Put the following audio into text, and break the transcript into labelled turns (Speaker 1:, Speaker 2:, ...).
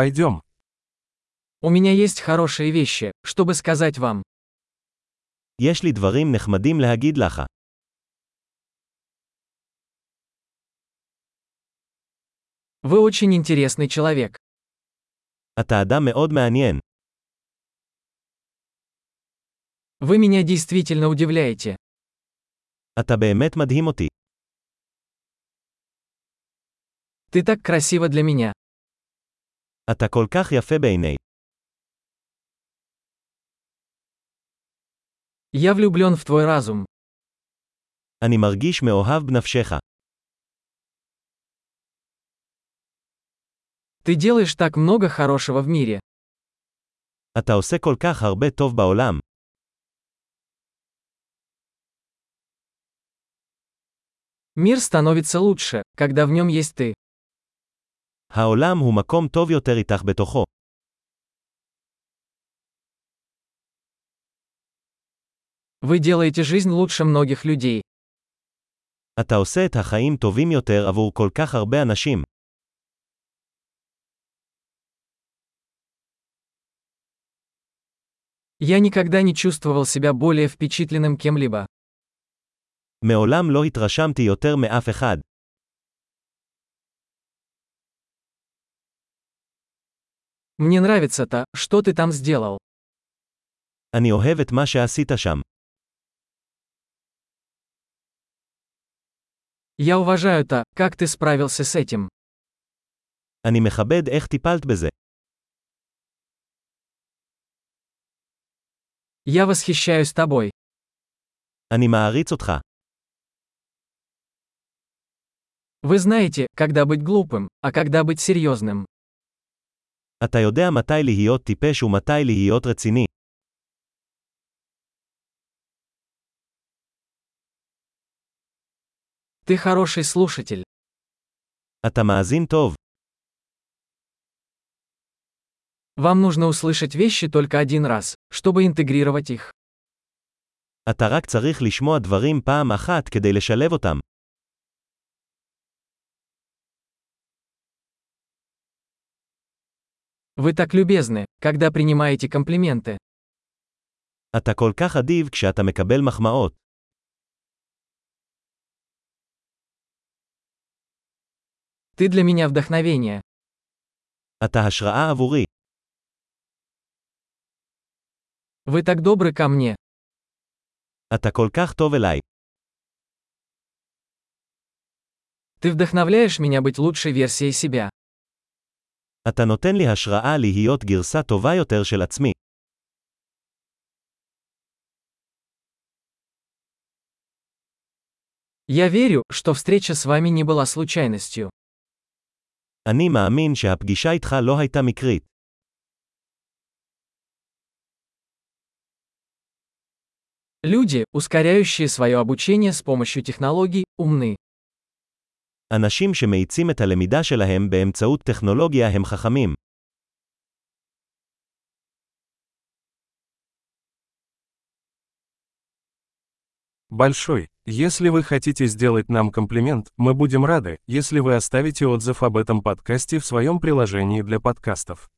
Speaker 1: Пойдем.
Speaker 2: У меня есть хорошие вещи, чтобы сказать вам.
Speaker 3: יש לי דברים נחמדים להגיד לך.
Speaker 2: Вы очень интересный человек.
Speaker 3: אתה אדם מאוד מעניין.
Speaker 2: Вы меня действительно удивляете.
Speaker 3: אתה באמת מדהים אותי.
Speaker 2: Ты так красива для меня.
Speaker 3: אתה כל כך יפה בעיני.
Speaker 2: Я влюблен в твой разум.
Speaker 3: אני מרגיש מאוהב בנפשך.
Speaker 2: Ты делаешь так много хорошего в мире.
Speaker 3: אתה עושה כל כך הרבה טוב בעולם.
Speaker 2: Мир становится лучше, когда в нем есть ты.
Speaker 3: העולם הוא מקום טוב יותר איתך בתוכו.
Speaker 2: Вы делаете жизнь лучше многих людей.
Speaker 3: אתה עושה את החיים טובים יותר עבור כל כך הרבה אנשים.
Speaker 2: Я никогда не чувствовал себя более впечатленным кем-либо.
Speaker 3: מעולם לא התרשמתי יותר מאף אחד.
Speaker 2: Мне нравится то, что ты там сделал.
Speaker 3: אני אוהב את מה שעשית שם.
Speaker 2: Я уважаю то, как ты справился с этим.
Speaker 3: אני מכבד איך טיפלת בזה.
Speaker 2: Я восхищаюсь тобой.
Speaker 3: אני מעריץ אותך.
Speaker 2: Вы знаете, когда быть глупым, а когда быть серьезным.
Speaker 3: אתה יודע מתי להיות טיפש ומתי להיות רציני.
Speaker 2: Ты хороший слушатель.
Speaker 3: אתה מאזין טוב.
Speaker 2: Вам нужно услышать вещи только один раз, чтобы интегрировать их.
Speaker 3: אתה רק צריך לשמוע דברים פעם אחת כדי לשלב אותם.
Speaker 2: Вы так любезны, когда принимаете комплименты.
Speaker 3: אתה כל כך אדיב כשאתה מקבל מחמאות.
Speaker 2: Ты для меня вдохновение.
Speaker 3: אתה השראה עבורי.
Speaker 2: Вы так добры ко мне.
Speaker 3: אתה כל כך טוב אליי.
Speaker 2: Ты вдохновляешь меня быть лучшей версией себя.
Speaker 3: אתה נותן לי השראה להיות גרסה טובה יותר של עצמי.
Speaker 2: Я верю, что встреча с вами не была случайностью.
Speaker 3: אני מאמין שהפגישה איתך לא הייתה מקרית.
Speaker 2: Люди, ускоряющие свое обучение с помощью технологий, умны.
Speaker 3: אנשים שמאיצים את הלמידה שלהם באמצעות טכנולוגיה הם חכמים.
Speaker 1: Большой. Если вы хотите сделать нам комплимент, мы будем рады, если вы оставите отзыв об этом подкасте в своем приложении для подкастов.